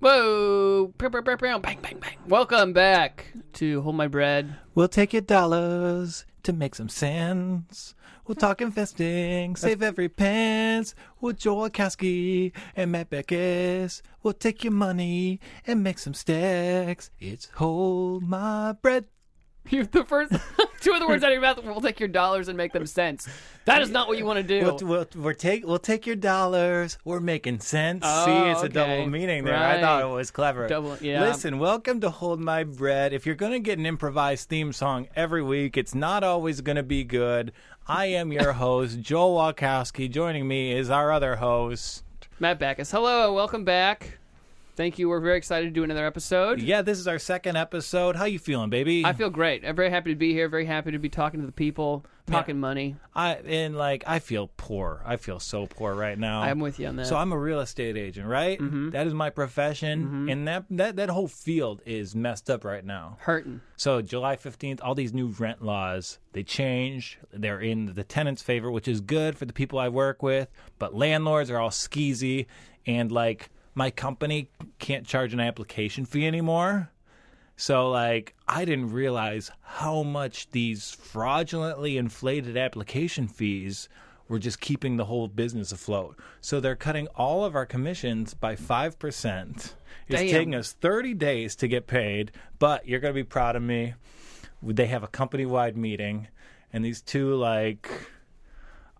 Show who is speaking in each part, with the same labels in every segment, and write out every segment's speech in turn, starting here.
Speaker 1: Whoa! Pew, pew, pew, pew. Bang, bang, bang. Welcome back to Hold My Bread.
Speaker 2: We'll take your dollars to make some sense. We'll talk investing, save every pence. We'll Joel Kasky and Matt Beckes. We'll take your money and make some stacks. It's hold my bread.
Speaker 1: You're the first two of the words out of your mouth will take your dollars and make them cents. That is not what you want to do.
Speaker 2: We'll, we'll, we're take, we'll take your dollars. We're making sense.
Speaker 1: Oh,
Speaker 2: See, it's a
Speaker 1: okay.
Speaker 2: double meaning there. I
Speaker 1: Right.
Speaker 2: thought it was clever.
Speaker 1: Double- yeah.
Speaker 2: Listen, welcome to Hold My Bread. If you're going to get an improvised theme song every week, it's not always going to be good. I am your host, Joel Walkowski. Joining me is our other host.
Speaker 1: Matt Backus. Hello, welcome back. Thank you. We're very excited to do another episode.
Speaker 2: Yeah, this is our second episode. How you feeling, baby?
Speaker 1: I feel great. I'm very happy to be here. Very happy to be talking to the people, talking money.
Speaker 2: I and like I feel poor. I feel so poor right now.
Speaker 1: I'm with you on that.
Speaker 2: Oh. So I'm a real estate agent, right? That is my profession, and that, that that whole field is messed up right now.
Speaker 1: hurting.
Speaker 2: So July 15th, all these new rent laws, they change. They're in the tenant's favor, which is good for the people I work with, but landlords are all skeezy and like my company can't charge an application fee anymore. So like I didn't realize how much these fraudulently inflated application fees were just keeping the whole business afloat. So they're cutting all of our commissions by 5%. It's
Speaker 1: Damn.
Speaker 2: taking us 30 days to get paid, but you're going to be proud of me. They have a company-wide meeting and these two like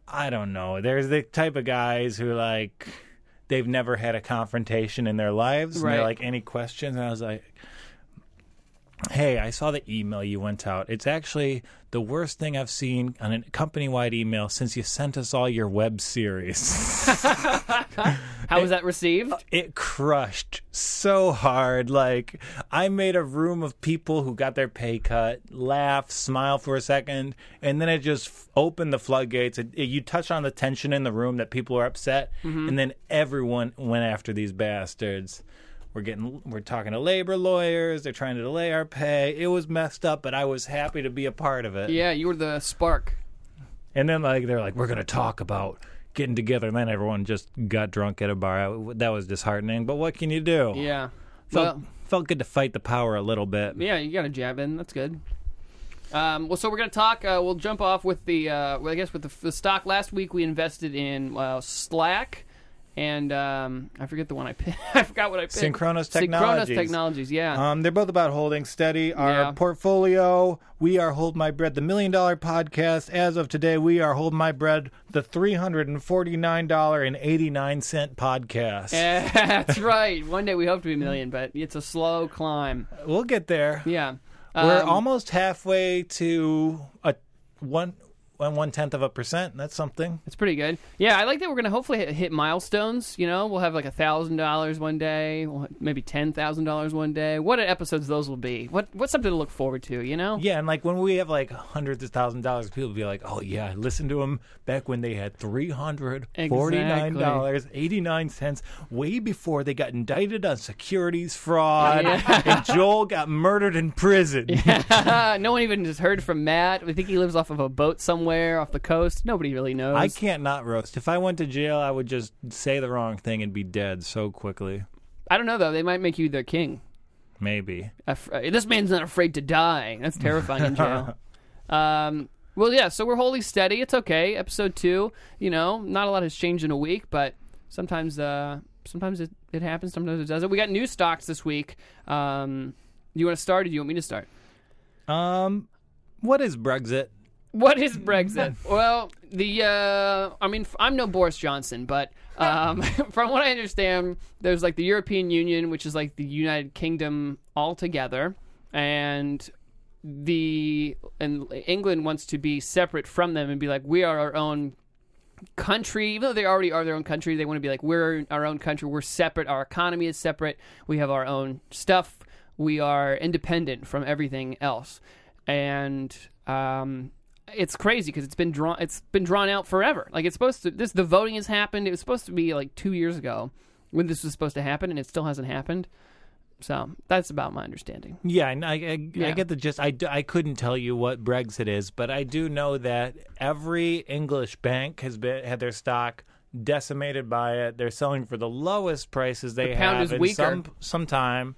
Speaker 2: I don't know. There's the type of guys who like they've never had a confrontation in their lives. And
Speaker 1: Right.
Speaker 2: they're like any questions and I was like Hey, I saw the email you went out. It's actually the worst thing I've seen on a company wide email since you sent us all your web series.
Speaker 1: How was that received?
Speaker 2: it crushed so hard. Like, I made a room of people who got their pay cut laugh, smile for a second, and then it just f- opened the floodgates. It, it- you touched on the tension in the room that people are upset, and then everyone went after these bastards. We're getting, we're talking to labor lawyers. They're trying to delay our pay. It was messed up, but I was happy to be a part of it.
Speaker 1: Yeah, you were the spark.
Speaker 2: And then like they're like, we're gonna talk about getting together, and then everyone just got drunk at a bar. I- That was disheartening. But what can you do?
Speaker 1: Yeah.
Speaker 2: felt,
Speaker 1: Well,
Speaker 2: felt good to fight the power a little bit.
Speaker 1: yeah, you got to jab in. That's good. Um, well, so we're gonna talk. Uh, we'll jump off with the. Uh, well, I guess with the, the stock last week we invested in uh, Slack, and um, I forget the one I picked. I forgot what I picked.
Speaker 2: Synchronos
Speaker 1: Synchronos
Speaker 2: Technologies.
Speaker 1: Technologies. Yeah.
Speaker 2: Um, they're both about holding steady our
Speaker 1: Yeah.
Speaker 2: portfolio. We are Hold My Bread, the Million Dollar Podcast. As of today, we are Hold My Bread, the three hundred and forty nine dollar and eighty nine cent podcast.
Speaker 1: Yeah, That's right. One day we hope to be a million, but it's a slow climb.
Speaker 2: we'll get there.
Speaker 1: Yeah.
Speaker 2: We're
Speaker 1: Um,
Speaker 2: almost halfway to a one one tenth of a percent. That's something.
Speaker 1: It's pretty good. Yeah, I like that we're gonna hopefully hit, hit milestones. You know, we'll have like a thousand dollars one day, we'll have maybe ten thousand dollars one day. What episodes those will be? What what's something to look forward to? You know?
Speaker 2: Yeah, and like when we have like hundreds of thousand dollars, people be like, "Oh yeah, I listened to them back when they had three hundred forty-nine dollars eighty-nine cents, way before they got indicted on securities fraud and Joel got murdered in prison."
Speaker 1: no one even has heard from Matt. We think he lives off of a boat somewhere off the coast. Nobody really knows.
Speaker 2: I can't not roast. If I went to jail, I would just say the wrong thing and be dead so quickly.
Speaker 1: I don't know though. They might make you their king.
Speaker 2: Maybe.
Speaker 1: Af- this man's not afraid to die. That's terrifying in jail. Um, well, yeah. So we're holding steady. It's okay. Episode two. You know, not a lot has changed in a week, but sometimes, uh, sometimes it, it happens. Sometimes it doesn't. We got new stocks this week. Um, you want to start, or do you want me to start?
Speaker 2: Um, what is Brexit?
Speaker 1: What is Brexit? well, the uh, I mean, f- I'm no Boris Johnson, but um, from what I understand, there's like the European Union, which is like the United Kingdom altogether, and the and England wants to be separate from them and be like we are our own country, even though they already are their own country, they want to be like, we're our own country, we're separate, our economy is separate, we have our own stuff, we are independent from everything else. And um, it's crazy because it's been drawn it's been drawn out forever. Like it's supposed to this the voting has happened. It was supposed to be like 2 years ago when this was supposed to happen and it still hasn't happened. So, that's about my understanding.
Speaker 2: Yeah, and I, I, I
Speaker 1: Yeah.
Speaker 2: get the gist. I, d- I couldn't tell you what Brexit is, but I do know that every English bank has been had their stock decimated by it. They're selling for the lowest prices they
Speaker 1: The pound
Speaker 2: have
Speaker 1: is
Speaker 2: in
Speaker 1: weaker.
Speaker 2: some some time.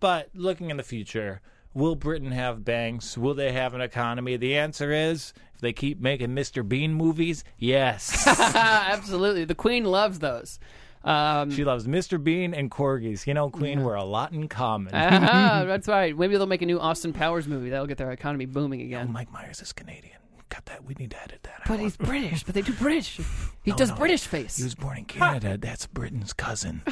Speaker 2: But looking in the future, will Britain have banks? Will they have an economy? The answer is if they keep making Mr. Bean movies, yes.
Speaker 1: Ah, Absolutely. The queen loves those. Um
Speaker 2: she loves Mr. Bean and corgis. You know, Queen, we're a lot in common.
Speaker 1: ah, that's right. Maybe they'll make a new Austin Powers movie. That'll get their economy booming again.
Speaker 2: Mike Myers is Canadian. Cut that. We need to edit that.
Speaker 1: But
Speaker 2: out.
Speaker 1: he's British, but they do British. He does
Speaker 2: Oh no.
Speaker 1: British face.
Speaker 2: He was born in Canada. That's Britain's cousin.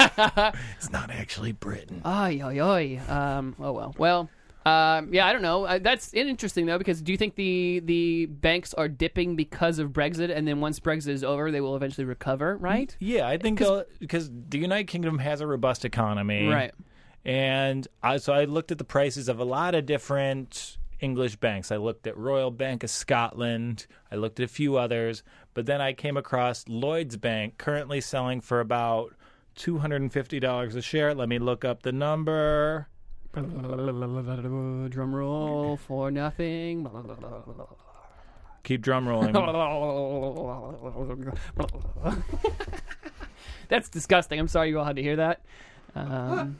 Speaker 2: it's not actually Britain.
Speaker 1: Ay, ay, ay. Um, oh well. Well, um, yeah, I don't know. Uh, that's interesting though, because do you think the the banks are dipping because of Brexit, and then once Brexit is over, they will eventually recover,
Speaker 2: Mm-hmm.
Speaker 1: right?
Speaker 2: Yeah, I think because the United Kingdom has a robust economy,
Speaker 1: Right.
Speaker 2: And I, so I looked at the prices of a lot of different English banks. I looked at Royal Bank of Scotland. I looked at a few others, but then I came across Lloyd's Bank, currently selling for about two hundred and fifty dollars a share. Let me look up the number.
Speaker 1: Drum roll for nothing.
Speaker 2: Keep drum rolling.
Speaker 1: That's disgusting. I'm sorry you all had to hear that. Um,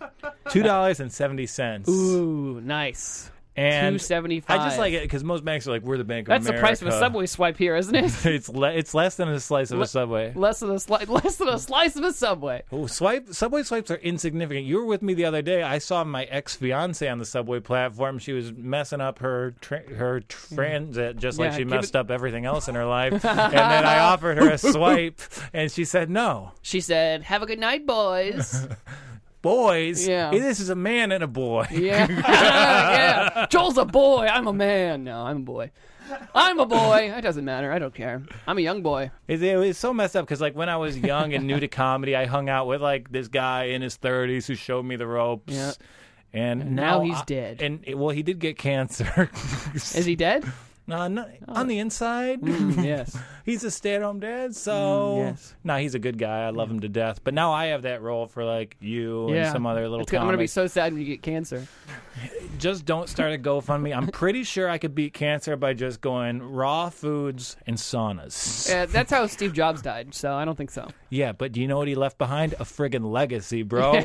Speaker 2: Two dollars and seventy cents.
Speaker 1: ooh, nice.
Speaker 2: and
Speaker 1: Two seventy five.
Speaker 2: I just like it because most banks are like, we're the Bank of
Speaker 1: That's the price of a
Speaker 2: America."
Speaker 1: subway swipe here, isn't it?
Speaker 2: it's le- it's less than a slice of
Speaker 1: Le-
Speaker 2: a subway.
Speaker 1: Less than a slice. Less than a slice of a subway.
Speaker 2: Oh, swipe subway swipes are insignificant. You were with me the other day. I saw my ex fiance on the subway platform. She was messing up her tra- her transit just like
Speaker 1: Yeah,
Speaker 2: she
Speaker 1: give it-
Speaker 2: messed up everything else in her life. and then I offered her a swipe, and she said no.
Speaker 1: She said, "Have a good night, boys."
Speaker 2: Boys,
Speaker 1: Yeah.
Speaker 2: this is a man and a boy.
Speaker 1: yeah, yeah. Joel's a boy. I'm a man. No, I'm a boy. I'm a boy. It doesn't matter. I don't care. I'm a young boy.
Speaker 2: It, it was so messed up because, like, when I was young and new to comedy, I hung out with like this guy in his thirties who showed me the ropes.
Speaker 1: Yeah.
Speaker 2: And,
Speaker 1: now
Speaker 2: now
Speaker 1: he's
Speaker 2: I-
Speaker 1: dead.
Speaker 2: And it- well, he did get cancer.
Speaker 1: Is Oh. he dead?
Speaker 2: No, no, on the inside,
Speaker 1: Mm, yes.
Speaker 2: he's a stay-at-home dad. So,
Speaker 1: Mm, yes.
Speaker 2: no, he's a good guy. I love him to death. But now I have that role for like you and
Speaker 1: Yeah.
Speaker 2: some other little.
Speaker 1: It's gonna- I'm gonna be
Speaker 2: comics.
Speaker 1: so sad when you get cancer.
Speaker 2: just don't start a GoFundMe. I'm pretty sure I could beat cancer by just going raw foods and saunas.
Speaker 1: Yeah, Uh, that's how Steve Jobs died. So I don't think so.
Speaker 2: Yeah, but do you know what he left behind? A friggin' legacy, bro. Is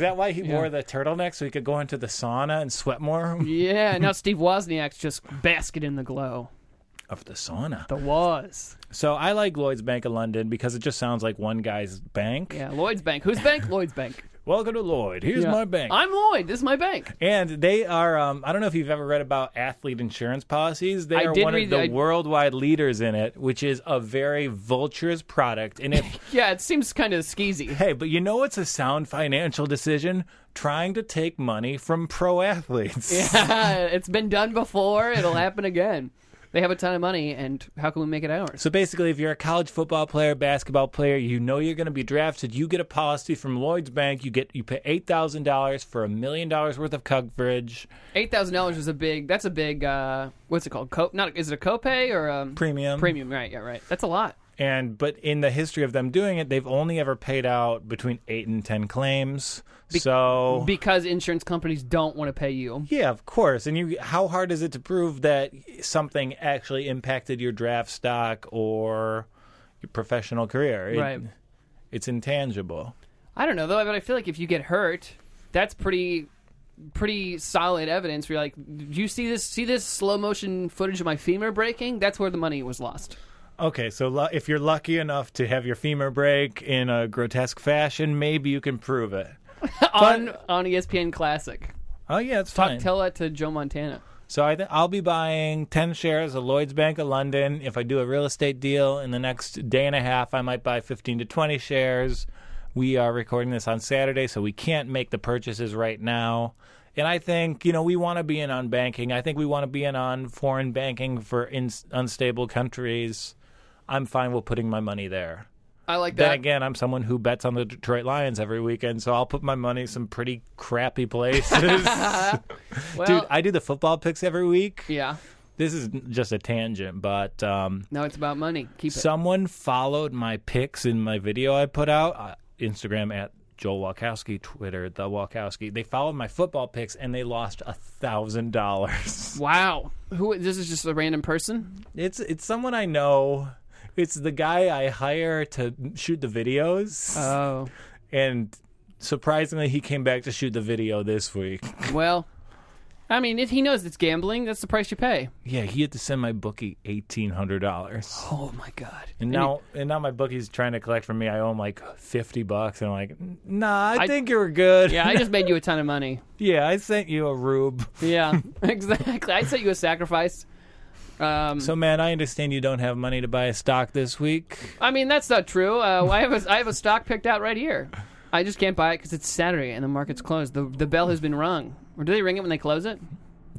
Speaker 2: that why he wore the turtleneck so he could go into the sauna and sweat more?
Speaker 1: Yeah. Now Steve Wozniak's just basket in the glow.
Speaker 2: Of the sauna.
Speaker 1: The was.
Speaker 2: So I like Lloyd's Bank of London because it just sounds like one guy's bank.
Speaker 1: Yeah. Lloyd's Bank. Whose bank? Lloyd's Bank.
Speaker 2: Welcome to Lloyd. Here's
Speaker 1: Yeah.
Speaker 2: my bank.
Speaker 1: I'm Lloyd. This is my bank.
Speaker 2: and they are, um, I don't know if you've ever read about athlete insurance policies. They
Speaker 1: I
Speaker 2: are
Speaker 1: did
Speaker 2: one of
Speaker 1: read
Speaker 2: the
Speaker 1: that. I-
Speaker 2: worldwide leaders in it, which is a very vulturous product. And if
Speaker 1: Yeah. It seems kind of skeezy.
Speaker 2: Hey, but you know what's a sound financial decision? Trying to take money from pro athletes.
Speaker 1: it's been done before. It'll happen again. They have a ton of money, and how can we make it ours?
Speaker 2: So basically, if you're a college football player, basketball player, you know you're going to be drafted. You get a policy from Lloyd's Bank. You get you pay eight thousand dollars for a million dollars worth of coverage
Speaker 1: Eight thousand dollars is a big. That's a big. Uh, what's it called? Co- not is it a copay or um,
Speaker 2: premium.
Speaker 1: premium? Right. Yeah. Right. That's a lot.
Speaker 2: And but in the history of them doing it, they've only ever paid out between eight and ten claims. so
Speaker 1: Because insurance companies don't want to pay you.
Speaker 2: yeah, of course. And you, how hard is it to prove that something actually impacted your draft stock or your professional career? It-
Speaker 1: Right.
Speaker 2: It's intangible.
Speaker 1: I don't know though, but I feel like if you get hurt, that's pretty, pretty solid evidence. Where you're like, do you see this? See this slow motion footage of my femur breaking? That's where the money was lost.
Speaker 2: Okay, so lu- if you're lucky enough to have your femur break in a grotesque fashion, maybe you can prove it.
Speaker 1: on on E ESPN Classic.
Speaker 2: Oh yeah, it's fine.
Speaker 1: Tell that to Joe Montana.
Speaker 2: so I th- I'll be buying ten shares of Lloyd's Bank of London. If I do a real estate deal in the next day and a half, I might buy fifteen to twenty shares. We are recording this on Saturday, so we can't make the purchases right now. And I think you know we want to be in on banking. I think we want to be in on foreign banking for in- unstable countries. I'm fine with putting my money there.
Speaker 1: I like
Speaker 2: Then
Speaker 1: that.
Speaker 2: again, I'm someone who bets on the Detroit Lions every weekend, so I'll put my money some pretty crappy places.
Speaker 1: well,
Speaker 2: Dude, I do the football picks every week.
Speaker 1: yeah.
Speaker 2: This is just a tangent, but um,
Speaker 1: No, it's about money. Keep it.
Speaker 2: someone followed my pics in my video I put out. Uh, Instagram at Joel Walkowski, Twitter the Walkowski. They followed my football pics and they lost a thousand dollars.
Speaker 1: Wow. Who? This is just a random person.
Speaker 2: It's it's someone I know. It's the guy I hire to shoot the videos,
Speaker 1: Oh.
Speaker 2: and surprisingly, he came back to shoot the video this week.
Speaker 1: Well, I mean, if he knows it's gambling, that's the price you pay.
Speaker 2: Yeah, he had to send my bookie eighteen hundred dollars.
Speaker 1: Oh my god.
Speaker 2: And now, and now my bookie's trying to collect from me. I owe him like fifty bucks, and I'm like, "Nah, I, think you were good."
Speaker 1: Yeah, I just made you a ton of money.
Speaker 2: yeah, I sent you a rube.
Speaker 1: Yeah, exactly. I set you a sacrifice. Um,
Speaker 2: So, man, I understand you don't have money to buy a stock this week.
Speaker 1: I mean, that's not true. Uh, I have a, I have a stock picked out right here. I just can't buy it because it's Saturday and the market's closed. The the bell has been rung. Or do they ring it when they close it?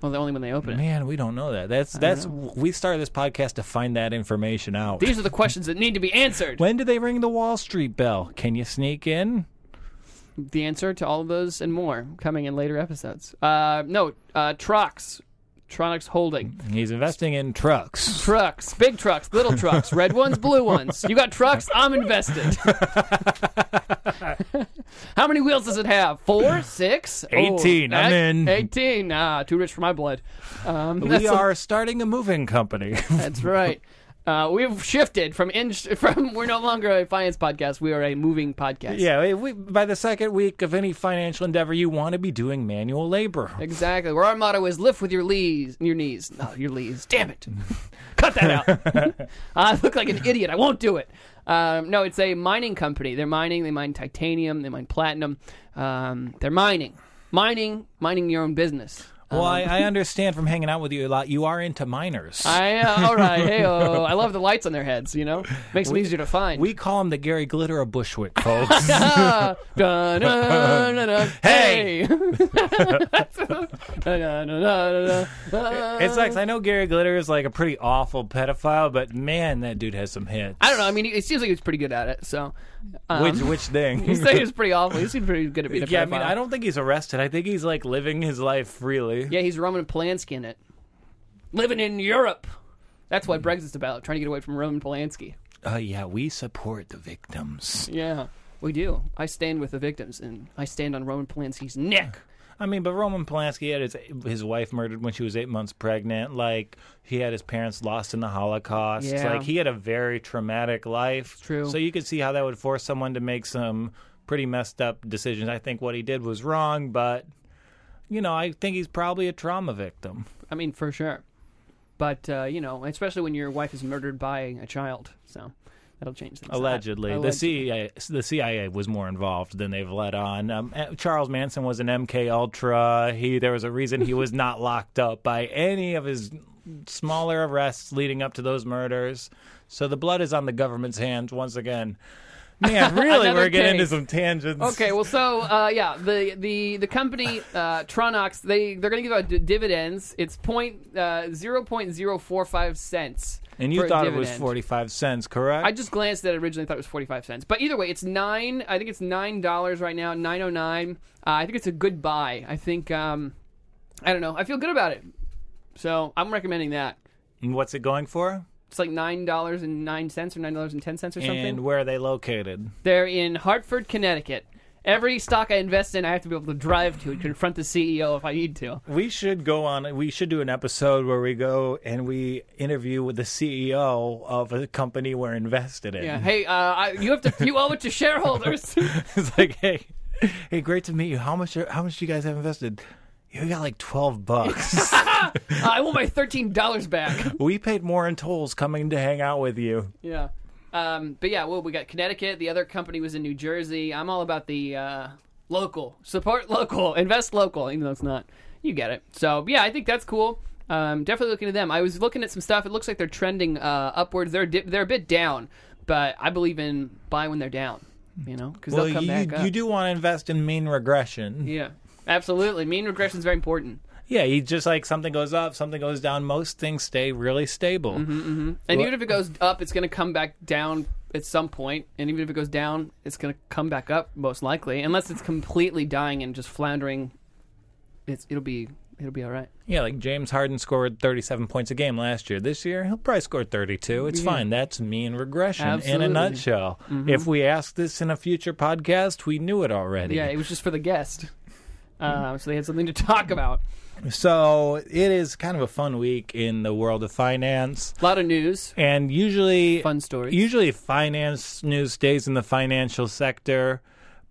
Speaker 1: Well, only when they open it.
Speaker 2: Man, we don't know that. That's that's we started this podcast to find that information out.
Speaker 1: These are the questions that need to be answered.
Speaker 2: when do they ring the Wall Street bell? Can you sneak in?
Speaker 1: The answer to all of those and more coming in later episodes. Uh, no, uh, Trox. Tronics Holding.
Speaker 2: He's investing in trucks.
Speaker 1: Trucks, big trucks, little trucks, red ones, blue ones. You got trucks, I'm invested. How many wheels does it have? Four, six, Oh,
Speaker 2: 18, I'm
Speaker 1: that-
Speaker 2: in.
Speaker 1: 18, ah, too rich for my blood. Um, that's,
Speaker 2: We are starting a moving company.
Speaker 1: that's right. Uh, we've shifted from in, from we're no longer a finance podcast. We are a moving podcast.
Speaker 2: yeah, eh, we- we, by the second week of any financial endeavor, you want to be doing manual labor.
Speaker 1: Exactly. Where our motto is lift with your lees, your knees. No, your lees. Damn it. Cut that out. I look like an idiot. I won't do it. Um, no, it's a mining company. They're mining. They mine titanium. They mine platinum. Um, they're mining. Mining, mining your own business.
Speaker 2: Well, I, I understand from hanging out with you a lot, you are into miners.
Speaker 1: I, uh, all right. Hey, oh, I love the lights on their heads, you know? Makes them easier to find.
Speaker 2: we call him the Gary Glitter of Bushwick, folks.
Speaker 1: Ah, dun, dun, dun, dun.
Speaker 2: Hey!
Speaker 1: It's
Speaker 2: It sucks. I know Gary Glitter is like a pretty awful pedophile, but man, that dude has some hits.
Speaker 1: I don't know. I mean, it seems like he was pretty good at it. So, um,
Speaker 2: which which thing?
Speaker 1: you say he was pretty awful. He seemed pretty good at being a
Speaker 2: yeah, I mean,
Speaker 1: pedophile.
Speaker 2: I don't think he's arrested. I think he's like living his life freely.
Speaker 1: Yeah, he's Roman Polanski in it. Living in Europe. That's what Brexit's about. Trying to get away from Roman Polanski.
Speaker 2: Uh, yeah, we support the victims.
Speaker 1: Yeah, we do. I stand with the victims, and I stand on Roman Polanski's neck.
Speaker 2: I mean, but Roman Polanski had his his wife murdered when she was eight months pregnant. Like he had his parents lost in the Holocaust.
Speaker 1: Yeah.
Speaker 2: Like he had a very traumatic life.
Speaker 1: true.
Speaker 2: So you could see how that would force someone to make some pretty messed up decisions. I think what he did was wrong, but you know, I think he's probably a trauma victim.
Speaker 1: I mean, for sure. But uh, you know, especially when your wife is murdered by a child, so that'll change things.
Speaker 2: Allegedly,
Speaker 1: Alleg-
Speaker 2: the CIA the CIA was more involved than they've let on. Um, uh, Charles Manson was an MK Ultra. He there was a reason he was not locked up by any of his smaller arrests leading up to those murders. So the blood is on the government's hands once again. Man, really,
Speaker 1: Another
Speaker 2: we're getting into
Speaker 1: case.
Speaker 2: some tangents.
Speaker 1: Okay, well, so uh, yeah, the the the company uh, Tronox they they're going to give out d- dividends. It's point uh, zero point zero four five cents.
Speaker 2: And you
Speaker 1: for a
Speaker 2: thought it was
Speaker 1: dividend.
Speaker 2: forty five cents, correct?
Speaker 1: I just glanced at it originally. Thought it was forty five cents, but either way, it's nine. I think it's nine dollars right now. Nine oh nine. I think it's a good buy. I think um, I don't know. I feel good about it, so I'm recommending that.
Speaker 2: And What's it going for?
Speaker 1: It's like nine dollars and nine cents or nine dollars and ten cents or something.
Speaker 2: And where are they located?
Speaker 1: They're in Hartford, Connecticut. Every stock I invest in, I have to be able to drive to and confront the CEO if I need to.
Speaker 2: We should go on. We should do an episode where we go and we interview with the CEO of a company we're invested in.
Speaker 1: Yeah. Hey, uh, I, you have to. You owe it to shareholders.
Speaker 2: it's like, hey, hey, great to meet you. How much? Are, how much do you guys have invested? You got like twelve bucks.
Speaker 1: I want my thirteen dollars back.
Speaker 2: we paid more in tolls coming to hang out with you.
Speaker 1: Yeah. Um, but yeah, well, we got Connecticut. The other company was in New Jersey. I'm all about the uh, local support, local invest, local. Even though it's not, you get it. So yeah, I think that's cool. Um, definitely looking at them. I was looking at some stuff. It looks like they're trending uh, upwards. They're dip they're a bit down, but I believe in buy when they're down. You know, because
Speaker 2: Well,
Speaker 1: they'll come
Speaker 2: you
Speaker 1: back up.
Speaker 2: you do want to invest in mean regression. Yeah.
Speaker 1: Yeah, absolutely. Mean regression is very important.
Speaker 2: you just like something goes up, something goes down. Most things stay really stable.
Speaker 1: Mm-hmm. And even if it goes up, it's going to come back down at some point. And even if it goes down, it's going to come back up most likely, unless it's completely dying and just floundering. It's it'll be it'll be all right.
Speaker 2: Yeah, like James Harden scored 37 points a game last year. This year, he'll probably score 32. It's fine. That's mean regression
Speaker 1: Absolutely. Mm-hmm.
Speaker 2: in a nutshell. If we asked this in a future podcast, we knew it already.
Speaker 1: Yeah, it was just for the guest. Um, so they had something to talk about.
Speaker 2: So it is kind of a fun week in the world of finance.
Speaker 1: A lot of news,
Speaker 2: And usually,
Speaker 1: fun stories.
Speaker 2: usually finance news stays in the financial sector,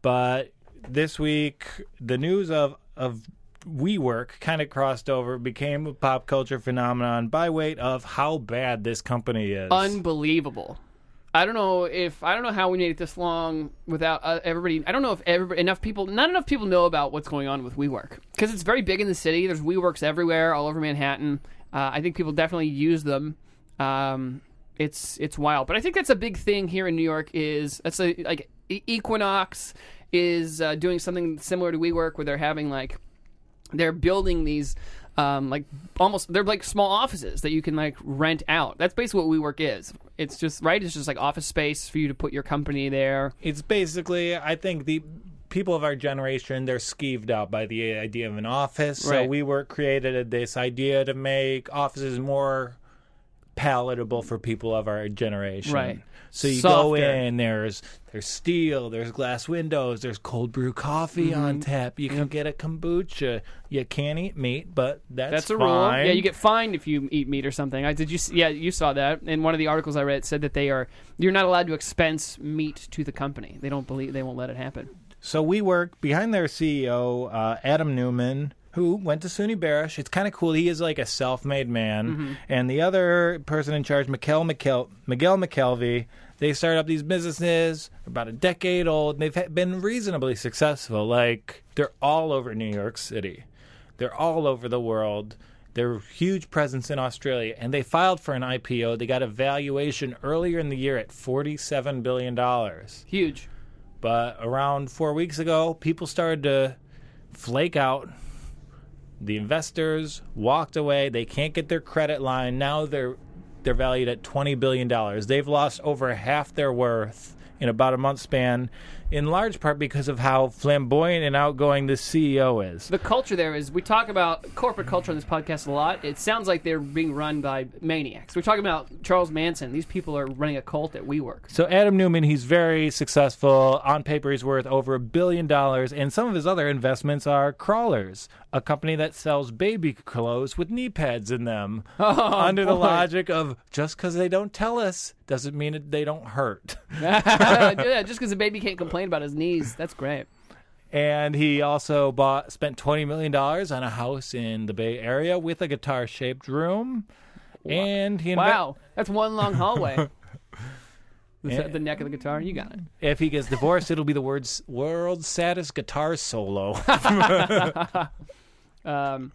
Speaker 2: but this week the news of of WeWork kind of crossed over, became a pop culture phenomenon by weight of how bad this company is.
Speaker 1: unbelievable. I don't know if I don't know how we made it this long without uh, everybody. I don't know if everybody enough people, not enough people know about what's going on with WeWork because it's very big in the city. There's WeWorks everywhere, all over Manhattan. Uh, I think people definitely use them. Um, it's it's wild, but I think that's a big thing here in New York. Is that's a, like E- Equinox is uh, doing something similar to WeWork where they're having like they're building these um, like almost they're like small offices that you can like rent out. That's basically what WeWork is. It's just right. It's just like office space for you to put your company there.
Speaker 2: it's basically, I think the people of our generation they're skeeved out by the idea of an office. So
Speaker 1: Right.
Speaker 2: WeWork created this idea to make offices more palatable for people of our generation.
Speaker 1: Right.
Speaker 2: So you
Speaker 1: Softer.
Speaker 2: go in, there's there's steel, there's glass windows, there's cold brew coffee on
Speaker 1: Mm-hmm.
Speaker 2: tap. You can get a kombucha. You can't eat meat, but that's
Speaker 1: That's a
Speaker 2: fine.
Speaker 1: rule. Yeah, you get fined if you eat meat or something. I did you? s- Yeah, you saw that in one of the articles I read. It said that they are you're not allowed to expense meat to the company. They don't believe they won't let it happen.
Speaker 2: So we work behind their CEO, uh, Adam Newman, who went to SUNY Barish. It's kind of cool. He is like a self-made man. And the other person in charge, Mikkel Mikkel, Miguel McKelvey, they started up these businesses about a decade old. And they've ha- been reasonably successful. Like they're all over New York City. They're all over the world. They're a huge presence in Australia, and they filed for an IPO. They got a valuation earlier in the year at forty-seven billion dollars.
Speaker 1: Huge.
Speaker 2: But around four weeks ago, people started to flake out. The investors walked away. They can't get their credit line. Now they're they're valued at twenty billion dollars. They've lost over half their worth in about a month span, in large part because of how flamboyant and outgoing the CEO is.
Speaker 1: The culture there is we talk about corporate culture on this podcast a lot. It sounds like they're being run by maniacs. We're talking about Charles Manson. These people are running a cult at WeWork.
Speaker 2: So Adam Newman, he's very successful. On paper, he's worth over a billion dollars, and some of his other investments are Crawlers, a company that sells baby clothes with knee pads in them. under the
Speaker 1: Oh, boy.
Speaker 2: logic of just because they don't tell us doesn't mean it, they don't hurt.
Speaker 1: yeah, just because a baby can't complain about his knees, that's great.
Speaker 2: and he also bought spent twenty million dollars on a house in the Bay Area with a guitar-shaped room. And he inve-
Speaker 1: Wow, that's one long hallway. the,
Speaker 2: Yeah.
Speaker 1: the neck of the guitar, you got it.
Speaker 2: if he gets divorced, it'll be the words world's saddest guitar solo.
Speaker 1: Um,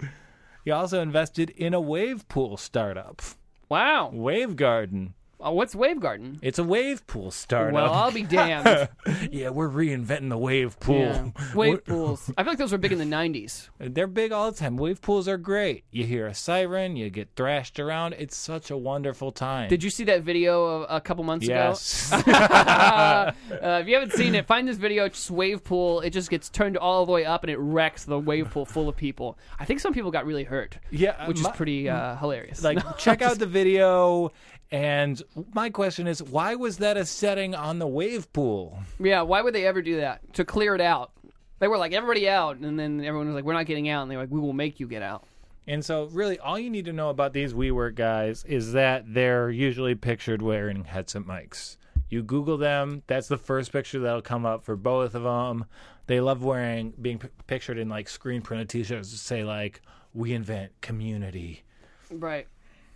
Speaker 2: He also invested in a wave pool startup,
Speaker 1: wow,
Speaker 2: Wave Garden.
Speaker 1: Uh, what's Wave Garden?
Speaker 2: It's a wave pool startup.
Speaker 1: Well, I'll be damned.
Speaker 2: yeah, we're reinventing the wave pool.
Speaker 1: Yeah. Wave pools. I feel like those were big in the '90s.
Speaker 2: They're big all the time. Wave pools are great. You hear a siren, you get thrashed around. It's such a wonderful time.
Speaker 1: Did you see that video a, a couple months ago?
Speaker 2: Yes.
Speaker 1: uh, if you haven't seen it, find this video. It's just wave pool. It just gets turned all the way up and it wrecks the wave pool full of people. I think some people got really hurt,
Speaker 2: yeah,
Speaker 1: which
Speaker 2: my-
Speaker 1: is pretty uh, hilarious.
Speaker 2: like check out the video. And my question is, why was that a setting on the wave pool?
Speaker 1: yeah, why would they ever do that to clear it out? They were like everybody out, and then everyone was like, "We're not getting out," and they were like, "We will make you get out."
Speaker 2: And so, really, all you need to know about these WeWork guys is that they're usually pictured wearing headset mics. You Google them, that's the first picture that'll come up for both of them. They love wearing, being p- pictured in like screen printed t shirts that say, like, we invent community.
Speaker 1: Right.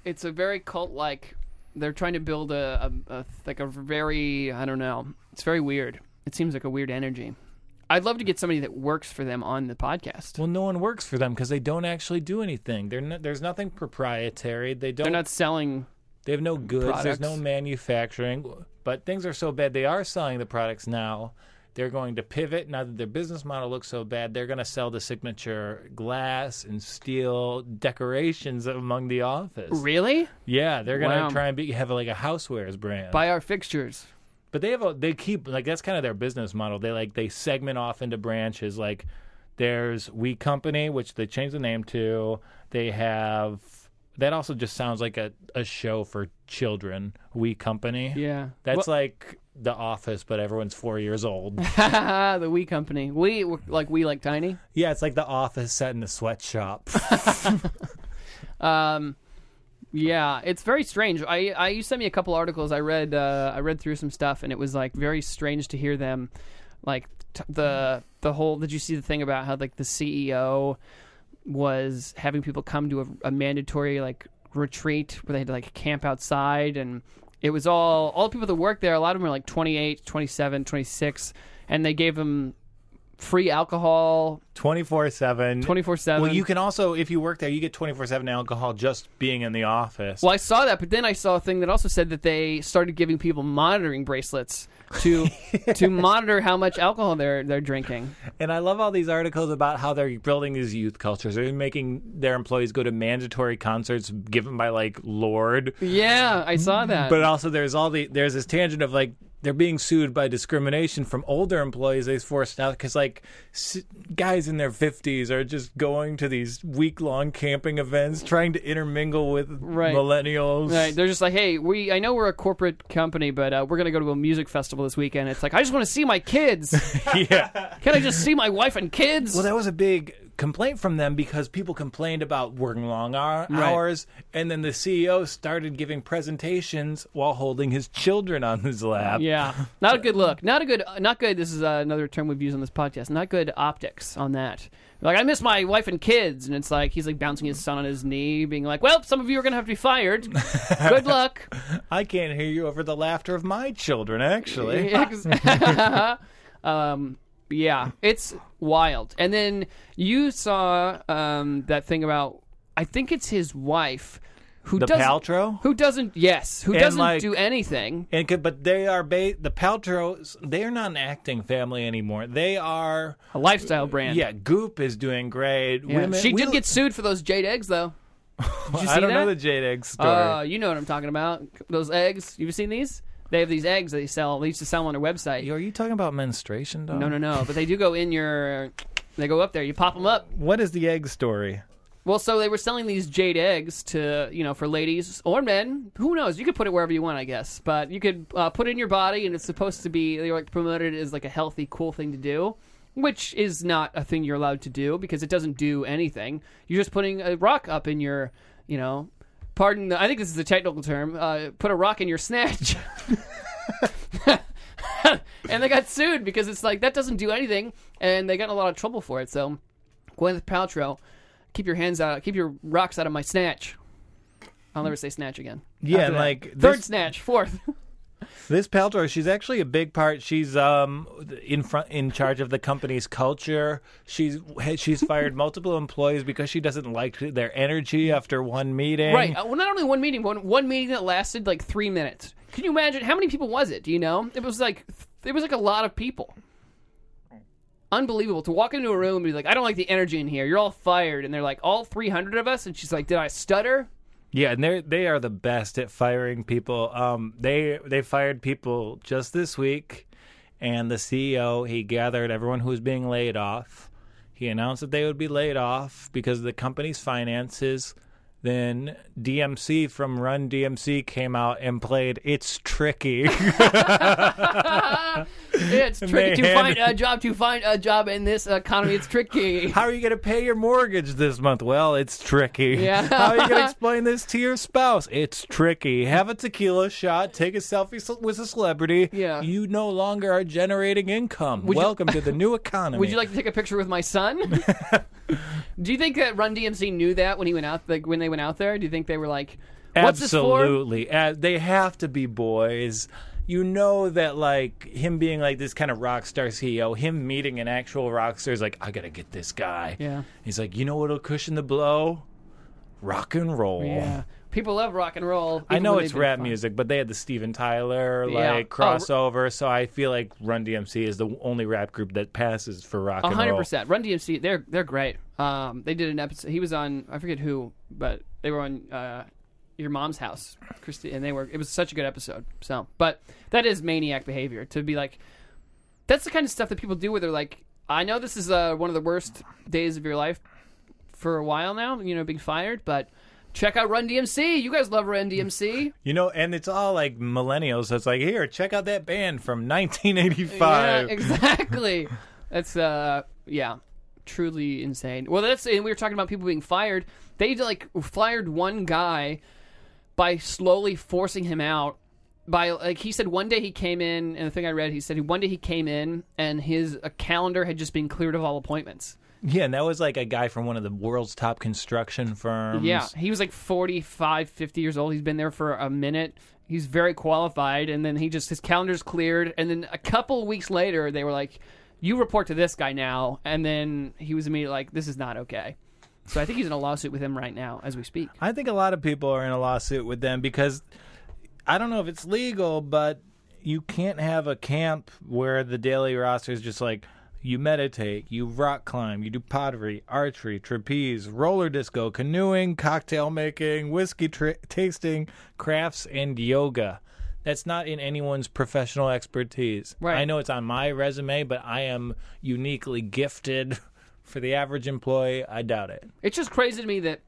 Speaker 1: It's a very cult like. They're trying to build a, a, a like a very I don't know. It's very weird. It seems like a weird energy. I'd love to get somebody that works for them on the podcast.
Speaker 2: Well, no one works for them because they don't actually do anything. They're not, there's nothing proprietary. They don't.
Speaker 1: They're not selling
Speaker 2: They have no goods. There's no
Speaker 1: products.
Speaker 2: manufacturing. But things are so bad. They are selling the products now. They're going to pivot now that their business model looks so bad. They're going to sell the signature glass and steel decorations among the office.
Speaker 1: really
Speaker 2: Yeah, they're going to
Speaker 1: Wow.
Speaker 2: try and be, have like a housewares brand.
Speaker 1: by our fixtures.
Speaker 2: but they have a, they keep like that's kind of their business model. They like they segment off into branches like There's We Company, which they changed the name to. They have that also just sounds like a, a show for children. We Company.
Speaker 1: Yeah.
Speaker 2: That's like The Office, but everyone's four years old.
Speaker 1: like ah, the We Company. We we're- like we like tiny.
Speaker 2: yeah, it's like The Office set in a sweatshop.
Speaker 1: Um, yeah, it's very strange. I, I you sent me a couple articles. I read uh, I read through some stuff, and it was like very strange to hear them, like t- the the whole. Did you see the thing about how like the CEO was having people come to a, a mandatory like retreat where they had to like camp outside and it was all all the people that worked there a lot of them were like 28 27 26 and they gave them free alcohol
Speaker 2: 24 7.
Speaker 1: 24/7.
Speaker 2: Well, you can also, if you work there, you get 24 7 alcohol just being in the office.
Speaker 1: Well, I saw that, but then I saw a thing that also said that they started giving people monitoring bracelets to to monitor how much alcohol they're they're drinking.
Speaker 2: And I love all these articles about how they're building these youth cultures. They're making their employees go to mandatory concerts given by like Lord.
Speaker 1: Yeah, I saw that.
Speaker 2: But also there's all the there's this tangent of like they're being sued by discrimination from older employees they forced out because like s- guys in their 50s are just going to these week-long camping events trying to intermingle with
Speaker 1: Right.
Speaker 2: millennials
Speaker 1: Right, they're just like, hey, we. I know we're a corporate company, but uh, we're gonna go to a music festival this weekend. It's like, I just want to see my kids.
Speaker 2: yeah
Speaker 1: Can I just see my wife and kids?
Speaker 2: Well, that was a big complaint from them because people complained about working long hour-
Speaker 1: Right.
Speaker 2: hours, and then the CEO started giving presentations while holding his children on his lap.
Speaker 1: yeah, not a good look. Not a good. Not good. This is uh, another term we've used on this podcast. Not good optics on that. Like, I miss my wife and kids, and it's like he's like bouncing his son on his knee, being like, "Well, some of you are gonna have to be fired. good luck."
Speaker 2: I can't hear you over the laughter of my children, actually.
Speaker 1: Ex- um, yeah, it's wild. And then you saw um, that thing about. I think it's his wife who
Speaker 2: The
Speaker 1: doesn't.
Speaker 2: Paltrow?
Speaker 1: Who doesn't? Yes, who
Speaker 2: And,
Speaker 1: doesn't
Speaker 2: like-
Speaker 1: do anything.
Speaker 2: And could, but they are ba- the Paltrows. They are not an acting family anymore. They are.
Speaker 1: A lifestyle brand.
Speaker 2: Yeah, Goop is doing great.
Speaker 1: Yeah.
Speaker 2: Women,
Speaker 1: she
Speaker 2: we-
Speaker 1: did get sued for those jade eggs, though. Did you see
Speaker 2: I don't
Speaker 1: that?
Speaker 2: know the Jade Egg story.
Speaker 1: Uh, you know what I'm talking about. Those eggs. You've seen these? They have these eggs that they sell. They used to sell on their website.
Speaker 2: are you talking about menstruation? Dog?
Speaker 1: No, no, no. But they do go in your. They go up there. You pop them up.
Speaker 2: What is the egg story?
Speaker 1: Well, so they were selling these jade eggs to you know for ladies or men. Who knows? You could put it wherever you want, I guess. But you could uh, put it in your body, and it's supposed to be they're like promoted as like a healthy, cool thing to do, which is not a thing you're allowed to do because it doesn't do anything. You're just putting a rock up in your, you know, pardon. The, I think this is the technical term. Uh, put a rock in your snatch. and they got sued because it's like that doesn't do anything, and they got in a lot of trouble for it. So, Gwyneth Paltrow, keep your hands out, keep your rocks out of my snatch. I'll never say snatch again.
Speaker 2: Yeah,
Speaker 1: After
Speaker 2: and
Speaker 1: that.
Speaker 2: like
Speaker 1: third
Speaker 2: this-
Speaker 1: snatch, fourth.
Speaker 2: This Paltrow, she's actually a big part. She's um in front in charge of the company's culture. She's she's fired multiple employees because she doesn't like their energy after one meeting.
Speaker 1: right. Uh, Well, not only one meeting, but one meeting that lasted like three minutes. Can you imagine how many people was it? Do you know? It was like it was like a lot of people. Unbelievable to walk into a room and be like, "I don't like the energy in here. You're all fired." And they're like, "All 300 of us." And she's like, "Did I stutter?"
Speaker 2: Yeah, and they they are the best at firing people. Um they they fired people just this week and the CEO, he gathered everyone who was being laid off. He announced that they would be laid off because of the company's finances. Then DMC from Run DMC came out and played It's Tricky.
Speaker 1: It's tricky to
Speaker 2: Man.
Speaker 1: find a job to find a job in this economy. It's tricky.
Speaker 2: How are you going to pay your mortgage this month? Well, it's tricky.
Speaker 1: Yeah.
Speaker 2: How are you going to explain this to your spouse? It's tricky. Have a tequila shot, take a selfie ce- with a celebrity.
Speaker 1: Yeah.
Speaker 2: You no longer are generating income.
Speaker 1: you-
Speaker 2: Welcome to the new economy.
Speaker 1: Would you like to take a picture with my son? Do you think that Run DMC knew that when he went out, like when they went out there? Do you think they were like, "What's this for?"
Speaker 2: Absolutely. Uh, they have to be boys. You know that, like, him being like this kind of rock star CEO, him meeting an actual rock star is like, I got to get this guy.
Speaker 1: Yeah.
Speaker 2: He's like, you know what'll cushion the blow? Rock and roll.
Speaker 1: Yeah, people love rock and roll.
Speaker 2: I
Speaker 1: even
Speaker 2: know
Speaker 1: when
Speaker 2: it's
Speaker 1: they've been
Speaker 2: rap
Speaker 1: fun.
Speaker 2: music, but they had the Steven Tyler
Speaker 1: Yeah.
Speaker 2: like
Speaker 1: Oh,
Speaker 2: crossover, so I feel like Run DMC is the only rap group that passes for rock
Speaker 1: A
Speaker 2: and
Speaker 1: hundred
Speaker 2: roll.
Speaker 1: percent. Run DMC, they're they're great. Um, they did an episode. He was on I forget who, but they were on uh, your mom's house, Christy, and they were. It was such a good episode. So, but that is maniac behavior to be like. That's the kind of stuff that people do where they're like, I know this is uh, one of the worst days of your life for a while now. You know, being fired, but check out Run DMC. You guys love Run DMC.
Speaker 2: You know, and it's all like millennials. It's like, here, check out that band from 1985.
Speaker 1: Yeah, exactly. that's uh, yeah, truly insane. Well, that's and we were talking about people being fired. They like fired one guy by slowly forcing him out. By like he said, one day he came in, and the thing I read, he said one day he came in, and his a calendar had just been cleared of all appointments.
Speaker 2: Yeah, and that was like a guy from one of the world's top construction firms.
Speaker 1: Yeah, he was like 45, 50 years old. He's been there for a minute. He's very qualified, and then he just his calendar's cleared. And then a couple weeks later, they were like, "You report to this guy now." And then he was immediately like, "This is not okay." So I think he's in a lawsuit with him right now as we speak.
Speaker 2: I think a lot of people are in a lawsuit with them because I don't know if it's legal, but you can't have a camp where the daily roster is just like you meditate, you rock climb, you do pottery, archery, trapeze, roller disco, canoeing, cocktail making, whiskey tra- tasting, crafts, and yoga. That's not in anyone's professional expertise.
Speaker 1: Right.
Speaker 2: I know it's on my resume, but I am uniquely gifted. For the average employee, I doubt it.
Speaker 1: It's just crazy to me that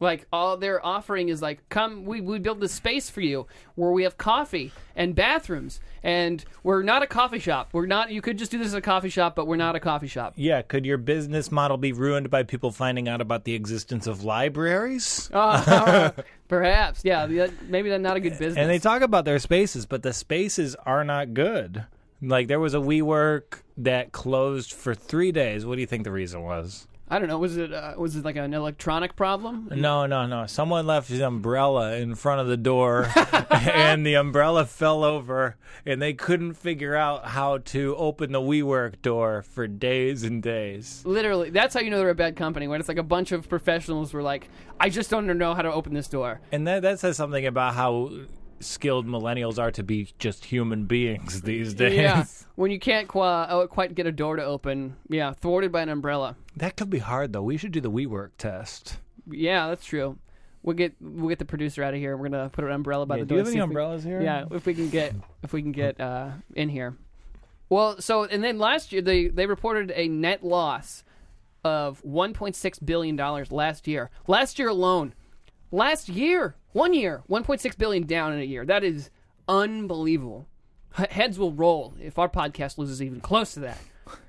Speaker 1: like all they're offering is like come we, we build this space for you where we have coffee and bathrooms and we're not a coffee shop. We're not you could just do this as a coffee shop, but we're not a coffee shop.
Speaker 2: Yeah, could your business model be ruined by people finding out about the existence of libraries?
Speaker 1: Uh, perhaps. Yeah, that- maybe that's not a good business.
Speaker 2: and they talk about their spaces, but the spaces are not good. Like there was a WeWork that closed for three days. What do you think the reason was?
Speaker 1: I don't know. Was it uh, was it like an electronic problem?
Speaker 2: No, no, no. Someone left his umbrella in front of the door, and the umbrella fell over, and they couldn't figure out how to open the WeWork door for days and days.
Speaker 1: Literally, that's how you know they're a bad company. When it's like a bunch of professionals were like, "I just don't know how to open this door."
Speaker 2: And that that says something about how skilled millennials are to be just human beings these days.
Speaker 1: Yeah, when you can't qua- oh, quite get a door to open, yeah, thwarted by an umbrella.
Speaker 2: That could be hard though. We should do the WeWork test.
Speaker 1: Yeah, that's true. We'll get we'll get the producer out of here. We're gonna put an umbrella by
Speaker 2: Yeah,
Speaker 1: the
Speaker 2: do
Speaker 1: door.
Speaker 2: you
Speaker 1: see
Speaker 2: have any
Speaker 1: if we-
Speaker 2: umbrellas here?
Speaker 1: Yeah, if we can get if we can get uh, in here. Well, so and then last year they they reported a net loss of 1.6 billion dollars last year. Last year alone. Last year, one year, 1.6 billion down in a year. That is unbelievable. H- heads will roll if our podcast loses even close to that.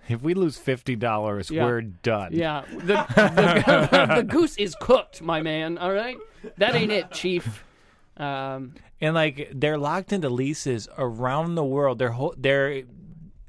Speaker 2: If we lose fifty dollars,
Speaker 1: Yeah.
Speaker 2: we're done.
Speaker 1: Yeah, the, the, the goose is cooked, my man. All right, that ain't it, Chief. Um,
Speaker 2: And like they're locked into leases around the world. They're ho- they're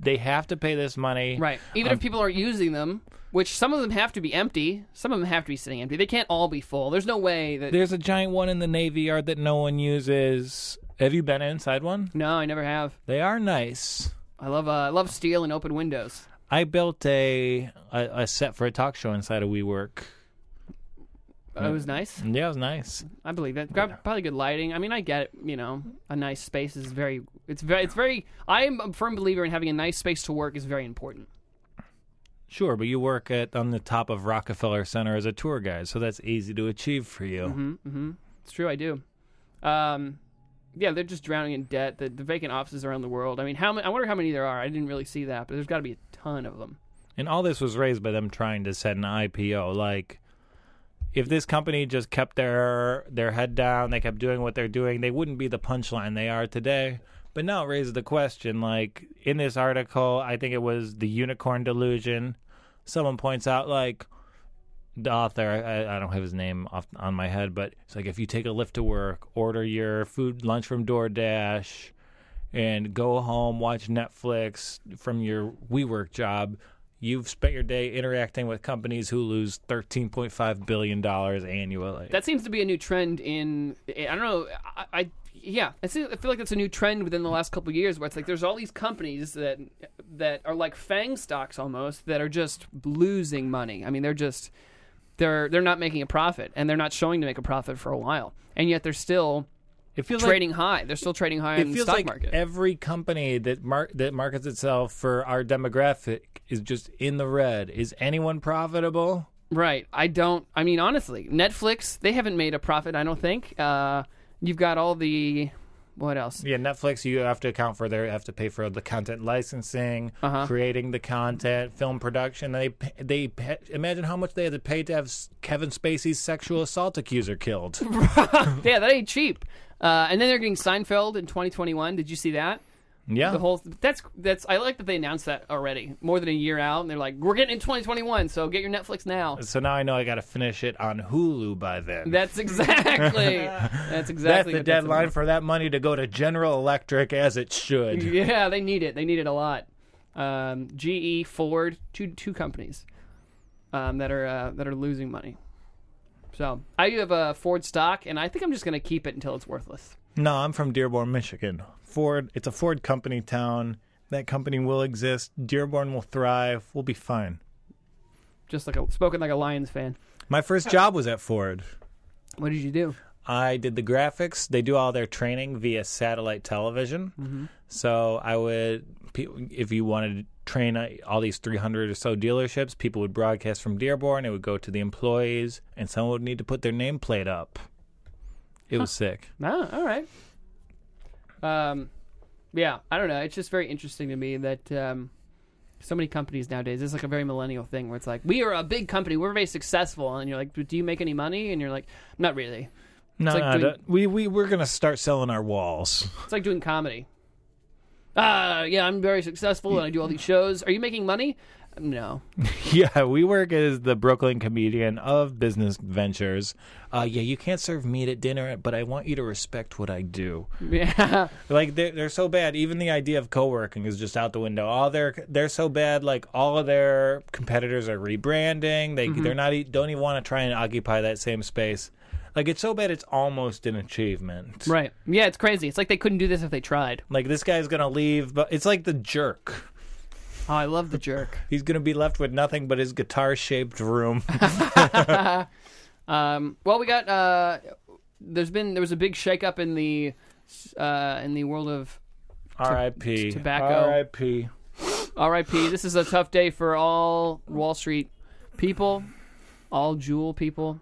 Speaker 2: they have to pay this money.
Speaker 1: Right. Even if people aren't using them, which some of them have to be empty, some of them have to be sitting empty. They can't all be full. There's no way that.
Speaker 2: There's a giant one in the Navy Yard that no one uses. Have you been inside one?
Speaker 1: no, I never have.
Speaker 2: They are nice.
Speaker 1: I love uh, I love steel and open windows.
Speaker 2: I built a, a a set for a talk show inside of WeWork.
Speaker 1: It was nice.
Speaker 2: Yeah, it was nice.
Speaker 1: I believe that. Got probably good lighting. I mean, I get it. You know, a nice space is very. It's very. It's very. I am a firm believer in having a nice space to work is very important.
Speaker 2: Sure, but you work at on the top of Rockefeller Center as a tour guide, so that's easy to achieve for you.
Speaker 1: It's true. I do. Um, yeah, they're just drowning in debt. The, the vacant offices around the world. I mean, how many? I wonder how many there are. I didn't really see that, but there's got to be a ton of them.
Speaker 2: And all this was raised by them trying to set an IPO. Like, if this company just kept their their head down, they kept doing what they're doing, they wouldn't be the punchline they are today. But now it raises the question. Like in this article, I think it was the unicorn delusion. Someone points out like the author. I, I don't have his name off on my head, but it's like if you take a lift to work, order your food lunch from DoorDash and go home, watch Netflix from your WeWork job, you've spent your day interacting with companies who lose $13.5 billion annually.
Speaker 1: That seems to be a new trend in. I don't know. I, I yeah, I, see, I feel like that's a new trend within the last couple of years, where it's like there's all these companies that that are like Fang stocks almost that are just losing money. I mean, they're just they're they're not making a profit, and they're not showing to make a profit for a while, and yet they're still
Speaker 2: it feels
Speaker 1: trading high. They're still trading high
Speaker 2: like,
Speaker 1: in
Speaker 2: it
Speaker 1: the
Speaker 2: feels
Speaker 1: stock
Speaker 2: like
Speaker 1: market.
Speaker 2: every company that mar- that markets itself for our demographic is just in the red. Is anyone profitable?
Speaker 1: Right. I don't. I mean, honestly, Netflix they haven't made a profit. I don't think. Uh, you've got all the What else?
Speaker 2: Yeah, Netflix, you have to account for their have to pay for the content licensing,
Speaker 1: Uh-huh.
Speaker 2: creating the content, film production. They p- they p- imagine how much they had to pay to have s- Kevin Spacey's sexual assault accuser killed.
Speaker 1: yeah, that ain't cheap. Uh, and then they're getting Seinfeld in 2021. Did you see that?
Speaker 2: yeah,
Speaker 1: The whole that's that's I like that they announced that already, more than a year out, and they're like, we're getting it in 2021, so get your Netflix now.
Speaker 2: so now I know I got to finish it on Hulu by then.
Speaker 1: That's exactly. that's
Speaker 2: That's
Speaker 1: exactly.
Speaker 2: the
Speaker 1: what
Speaker 2: deadline for that money to go to General Electric as it should.
Speaker 1: Yeah, they need it. They need it a lot. Um, GE, Ford, two two companies um, that are uh, that are losing money. So I do have a Ford stock, and I think I'm just going to keep it until it's worthless.
Speaker 2: No, I'm from Dearborn, Michigan. Ford, it's a Ford company town. That company will exist. Dearborn will thrive. We'll be fine.
Speaker 1: Just like a, spoken like a Lions fan.
Speaker 2: My first job was at Ford.
Speaker 1: What did you do?
Speaker 2: I did the graphics. They do all their training via satellite television. So I would, pe- if you wanted to train uh, all these 300 or so dealerships, people would broadcast from Dearborn. It would go to the employees, and someone would need to put their nameplate up. It was sick.
Speaker 1: Ah, all right. Um, yeah, I don't know. It's just very interesting to me that um, so many companies nowadays. It's like a very millennial thing where it's like, we are a big company, we're very successful, and you're like, do you make any money? And you're like, not really.
Speaker 2: No,
Speaker 1: like
Speaker 2: no,
Speaker 1: doing-
Speaker 2: no, we we we're gonna start selling our walls.
Speaker 1: It's like doing comedy. Ah, yeah, I'm very successful and I do all these shows. Are you making money? No.
Speaker 2: yeah, we work as the Brooklyn comedian of business ventures. Uh, yeah, you can't serve meat at dinner, but I want you to respect what I do.
Speaker 1: Yeah.
Speaker 2: Like they're they're so bad. Even the idea of co-working is just out the window. All their they're so bad. Like all of their competitors are rebranding. They
Speaker 1: Mm-hmm.
Speaker 2: they're not e- don't even want to try and occupy that same space. Like it's so bad, it's almost an achievement.
Speaker 1: Right. Yeah, it's crazy. It's like they couldn't do this if they tried.
Speaker 2: Like this guy's gonna leave, but it's like the jerk.
Speaker 1: Oh, I love the jerk.
Speaker 2: He's gonna be left with nothing but his guitar-shaped room.
Speaker 1: Um, well, we got. Uh, there's been there was a big shakeup in the uh, in the world of
Speaker 2: R.I.P.
Speaker 1: tobacco.
Speaker 2: R.I.P.
Speaker 1: R.I.P. This is a tough day for all Wall Street people, all Jewel people.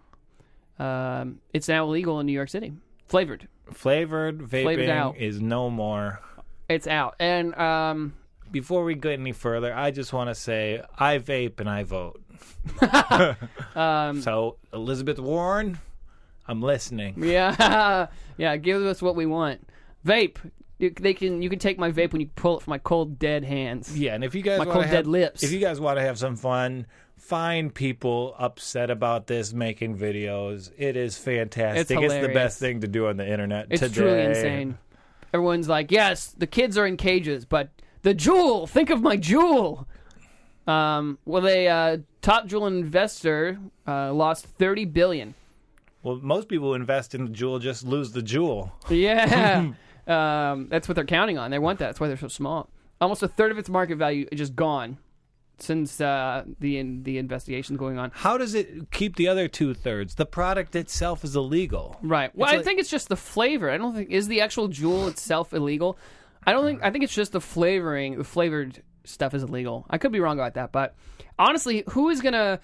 Speaker 1: Um, it's now illegal in New York City, flavored.
Speaker 2: Flavored vaping
Speaker 1: Flavored out.
Speaker 2: is no more.
Speaker 1: It's out, and um,
Speaker 2: Before we go any further, I just want to say I vape and I vote. so Elizabeth Warren, I'm listening.
Speaker 1: Yeah, yeah. Give us what we want. Vape. You, they can. You can take my vape when you pull it from my cold dead hands.
Speaker 2: Yeah, and if you guys
Speaker 1: My
Speaker 2: wanna
Speaker 1: cold
Speaker 2: have-
Speaker 1: dead lips.
Speaker 2: if you guys want to have some fun, find people upset about this making videos. It is fantastic.
Speaker 1: It's
Speaker 2: the
Speaker 1: hilarious.
Speaker 2: best thing to do on the internet
Speaker 1: It's
Speaker 2: today.
Speaker 1: truly insane. Everyone's like, yes, the kids are in cages, but the jewel. Think of my jewel. Um, well, a uh, top jewel investor uh, lost thirty billion.
Speaker 2: Well, most people who invest in the jewel just lose the jewel.
Speaker 1: Yeah, um, that's what they're counting on. They want that. That's why they're so small. Almost a third of its market value is just gone since uh, the in, the investigation going on.
Speaker 2: How does it keep the other two thirds? The product itself is illegal.
Speaker 1: Right. Well,
Speaker 2: It's
Speaker 1: I
Speaker 2: like-
Speaker 1: think it's just the flavor. I don't think is the actual jewel itself illegal. I don't think. I think it's just the flavoring. The flavored stuff is illegal. I could be wrong about that, but honestly, who is gonna?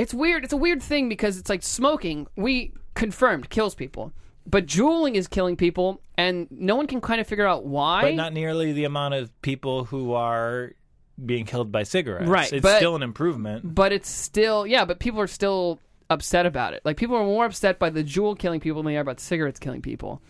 Speaker 1: It's weird. It's a weird thing because it's like smoking. We confirmed kills people, but jeweling is killing people, and no one can kind of figure out why.
Speaker 2: but not nearly the amount of people who are being killed by cigarettes.
Speaker 1: Right,
Speaker 2: it's
Speaker 1: but-
Speaker 2: still an improvement.
Speaker 1: but it's still yeah. But people are still upset about it. Like people are more upset by the jewel killing people than they are about cigarettes killing people.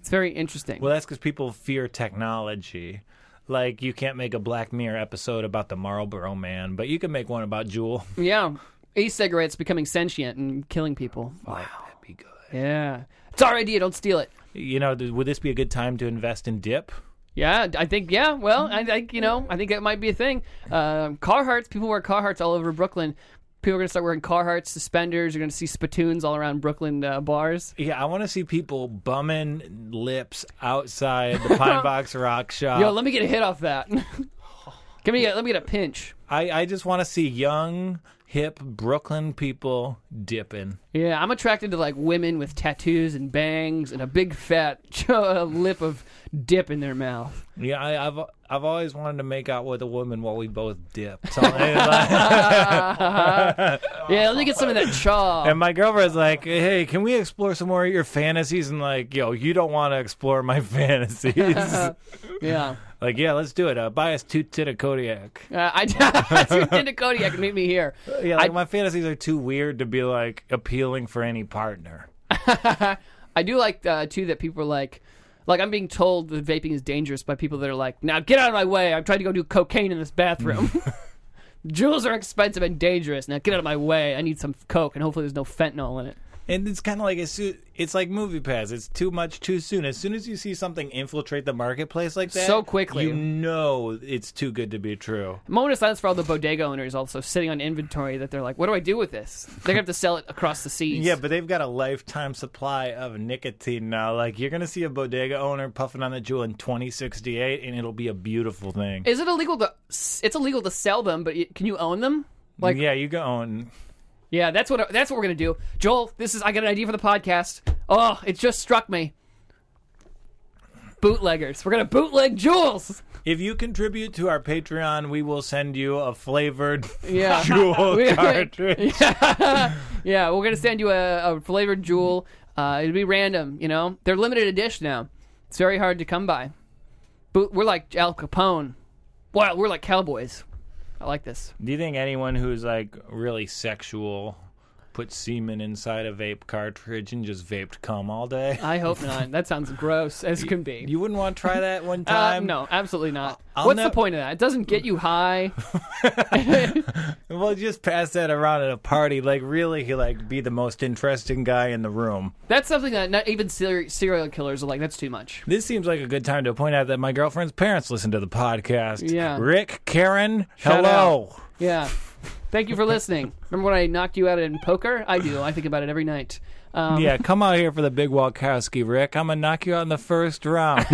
Speaker 1: It's very interesting.
Speaker 2: Well, that's because people fear technology. Like you can't make a Black Mirror episode about the Marlboro Man, but you can make one about Juul.
Speaker 1: Yeah. E-cigarettes becoming sentient and killing people.
Speaker 2: Wow, that'd be good.
Speaker 1: Yeah. It's our idea. Don't steal it.
Speaker 2: You know, th- would this be a good time to invest in dip?
Speaker 1: Yeah, I think, yeah, well, I think, you know, I think that might be a thing. Um, Carhartts, people wear Carhartts all over Brooklyn. People are going to start wearing Carhartts, suspenders. You're going to see spittoons all around Brooklyn uh, bars.
Speaker 2: Yeah, I want to see people bumming lips outside the Pine Box Rock Shop.
Speaker 1: Yo, let me get a hit off that. Give me a, let me get a pinch.
Speaker 2: I, I just want to see young, hip Brooklyn people dipping.
Speaker 1: Yeah, I'm attracted to like women with tattoos and bangs and a big fat lip of dip in their mouth.
Speaker 2: Yeah, I, I've I've always wanted to make out with a woman while we both dip. So,
Speaker 1: Yeah, let me get some of that chaw.
Speaker 2: And my girlfriend's like, "Hey, can we explore some more of your fantasies?" And like, "Yo, you don't want to explore my fantasies."
Speaker 1: yeah.
Speaker 2: like, yeah, let's do it. Uh, buy us two tit of Kodiak.
Speaker 1: Uh, I did a Kodiak. Meet me here.
Speaker 2: Yeah, like my fantasies are too weird to be like appealing for any partner.
Speaker 1: I do like uh, too that people are like, like I'm being told that vaping is dangerous by people that are like, now get out of my way. I'm trying to go do cocaine in this bathroom. Jewels are expensive and dangerous. Now get out of my way. I need some coke, and hopefully there's no fentanyl in it.
Speaker 2: And it's kind of like as soo- it's like movie pass. It's too much too soon. As soon as you see something infiltrate the marketplace like that,
Speaker 1: So quickly.
Speaker 2: you know it's too good to be true.
Speaker 1: Moment of silence for all the bodega owners also sitting on inventory that they're like, what do I do with this? They're gonna have to sell it across the seas.
Speaker 2: Yeah, but they've got a lifetime supply of nicotine now. Like you're gonna see a bodega owner puffing on a jewel in 2068, and it'll be a beautiful thing.
Speaker 1: Is it illegal to? It's illegal to sell them, but y- can you own them? Like,
Speaker 2: yeah, you go own.
Speaker 1: Yeah, that's what that's what we're gonna do. Joel, this is I got an idea for the podcast. Oh, it just struck me. Bootleggers. We're gonna bootleg Jules.
Speaker 2: If you contribute to our Patreon, we will send you a flavored
Speaker 1: Yeah.
Speaker 2: jewel
Speaker 1: We-
Speaker 2: cartridge.
Speaker 1: Yeah, we're gonna send you a, a flavored jewel. Uh, it'll be random, you know. They're limited edition now. It's very hard to come by. Boot, we're like Al Capone. Wow, we're like cowboys. I like this.
Speaker 2: Do you think anyone who's like really sexual put semen inside a vape cartridge and just vaped cum all day?
Speaker 1: I hope not. That sounds gross as can be.
Speaker 2: You wouldn't want to try that one
Speaker 1: uh,
Speaker 2: time?
Speaker 1: no, absolutely not.
Speaker 2: I'll
Speaker 1: What's
Speaker 2: nev-
Speaker 1: the point of that? It doesn't get you high.
Speaker 2: Well, just pass that around at a party. Like, really, he like be the most interesting guy in the room.
Speaker 1: That's something that not even ser- serial killers are like. That's too much.
Speaker 2: This seems like a good time to point out that my girlfriend's parents listen to the podcast.
Speaker 1: Yeah.
Speaker 2: Rick, Karen,
Speaker 1: Shout
Speaker 2: hello.
Speaker 1: Yeah. Thank you for listening. Remember when I knocked you out in poker? I do. I think about it every night. Um,
Speaker 2: Yeah, come out here for the big Walkowski, Rick. I'm gonna knock you out in the first round.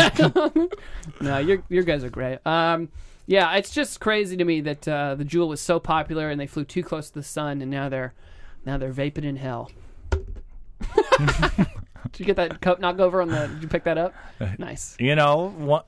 Speaker 1: No, your your guys are great. Um, yeah, it's just crazy to me that uh, the jewel was so popular and they flew too close to the sun and now they're now they're vaping in hell. Did you get that coat knock over on the? Did you pick that up?
Speaker 2: Uh,
Speaker 1: Nice.
Speaker 2: You know, one,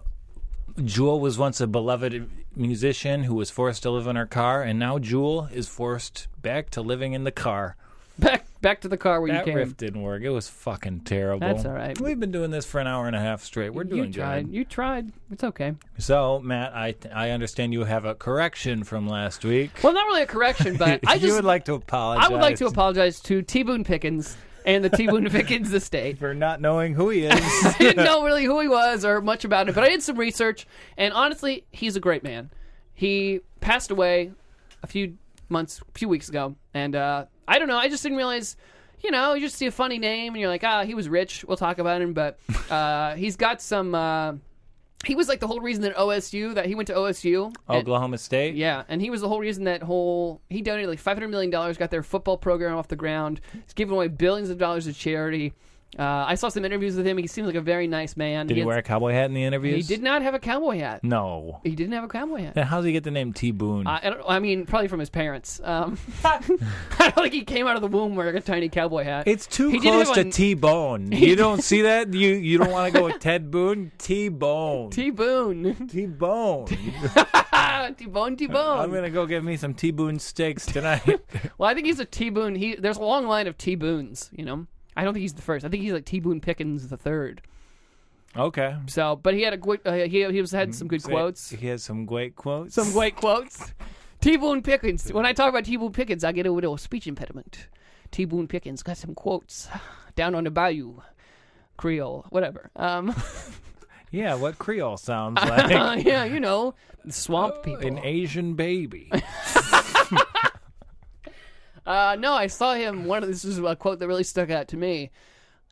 Speaker 2: Jewel was once a beloved musician who was forced to live in her car, and now Jewel is forced back to living in the car.
Speaker 1: Back back to the car where
Speaker 2: That
Speaker 1: you came.
Speaker 2: riff didn't work. It was fucking terrible.
Speaker 1: That's all right.
Speaker 2: We've been doing this for an hour and a half straight. We're doing
Speaker 1: you tried.
Speaker 2: good.
Speaker 1: You tried. It's okay.
Speaker 2: So, Matt, I I understand you have a correction from last week.
Speaker 1: Well, not really a correction, but I
Speaker 2: you
Speaker 1: just
Speaker 2: would like to apologize.
Speaker 1: I would like to apologize to T Boone Pickens and the T Boone Pickens estate.
Speaker 2: for not knowing who he is.
Speaker 1: I didn't know really who he was or much about it, but I did some research, and honestly, he's a great man. He passed away a few months, a few weeks ago, and uh, I don't know. I just didn't realize. You know, you just see a funny name, and you're like, ah, he was rich. We'll talk about him, but uh, he's got some. Uh, he was like the whole reason that OSU that he went to OSU. and-
Speaker 2: Oklahoma State.
Speaker 1: yeah, and he was the whole reason that whole he donated like five hundred million dollars, got their football program off the ground. He's giving away billions of dollars to charity. Uh, I saw some interviews with him. He seems like a very nice man.
Speaker 2: Did he,
Speaker 1: has-
Speaker 2: wear Hmm. a cowboy hat in the
Speaker 1: He
Speaker 2: interviews?
Speaker 1: did not have a cowboy hat.
Speaker 2: No.
Speaker 1: He didn't have a cowboy hat.
Speaker 2: Then how does he get the name T Boone?
Speaker 1: I, I, don't, I mean, probably from his parents. Um, I don't think he came out of the womb wearing a tiny cowboy hat.
Speaker 2: It's too
Speaker 1: He did
Speaker 2: close
Speaker 1: have
Speaker 2: to
Speaker 1: a-
Speaker 2: T Bone. You don't see that? You you don't want to go with Ted Boone? T Bone.
Speaker 1: T Boone,
Speaker 2: T Bone.
Speaker 1: T Bone, T Bone.
Speaker 2: I'm gonna go get me some T Boone steaks tonight.
Speaker 1: Well, I think he's a T Boone. He there's a long line of T Boons. You know, I don't think he's the first. I think he's like T Boone Pickens the third.
Speaker 2: okay.
Speaker 1: So, but he had a good- uh, he he was had some good
Speaker 2: Mm-hmm. Say-
Speaker 1: quotes,
Speaker 2: He has some great quotes.
Speaker 1: some great quotes. T Boone Pickens. When I talk about T Boone Pickens, I get a little speech impediment. T Boone Pickens got some quotes down on the bayou, Creole, whatever. Um, uh,
Speaker 2: Yeah, what Creole sounds like.
Speaker 1: yeah, you know, swamp
Speaker 2: An
Speaker 1: people.
Speaker 2: Asian baby.
Speaker 1: Uh, no, I saw him. One of this is a quote that really stuck out to me.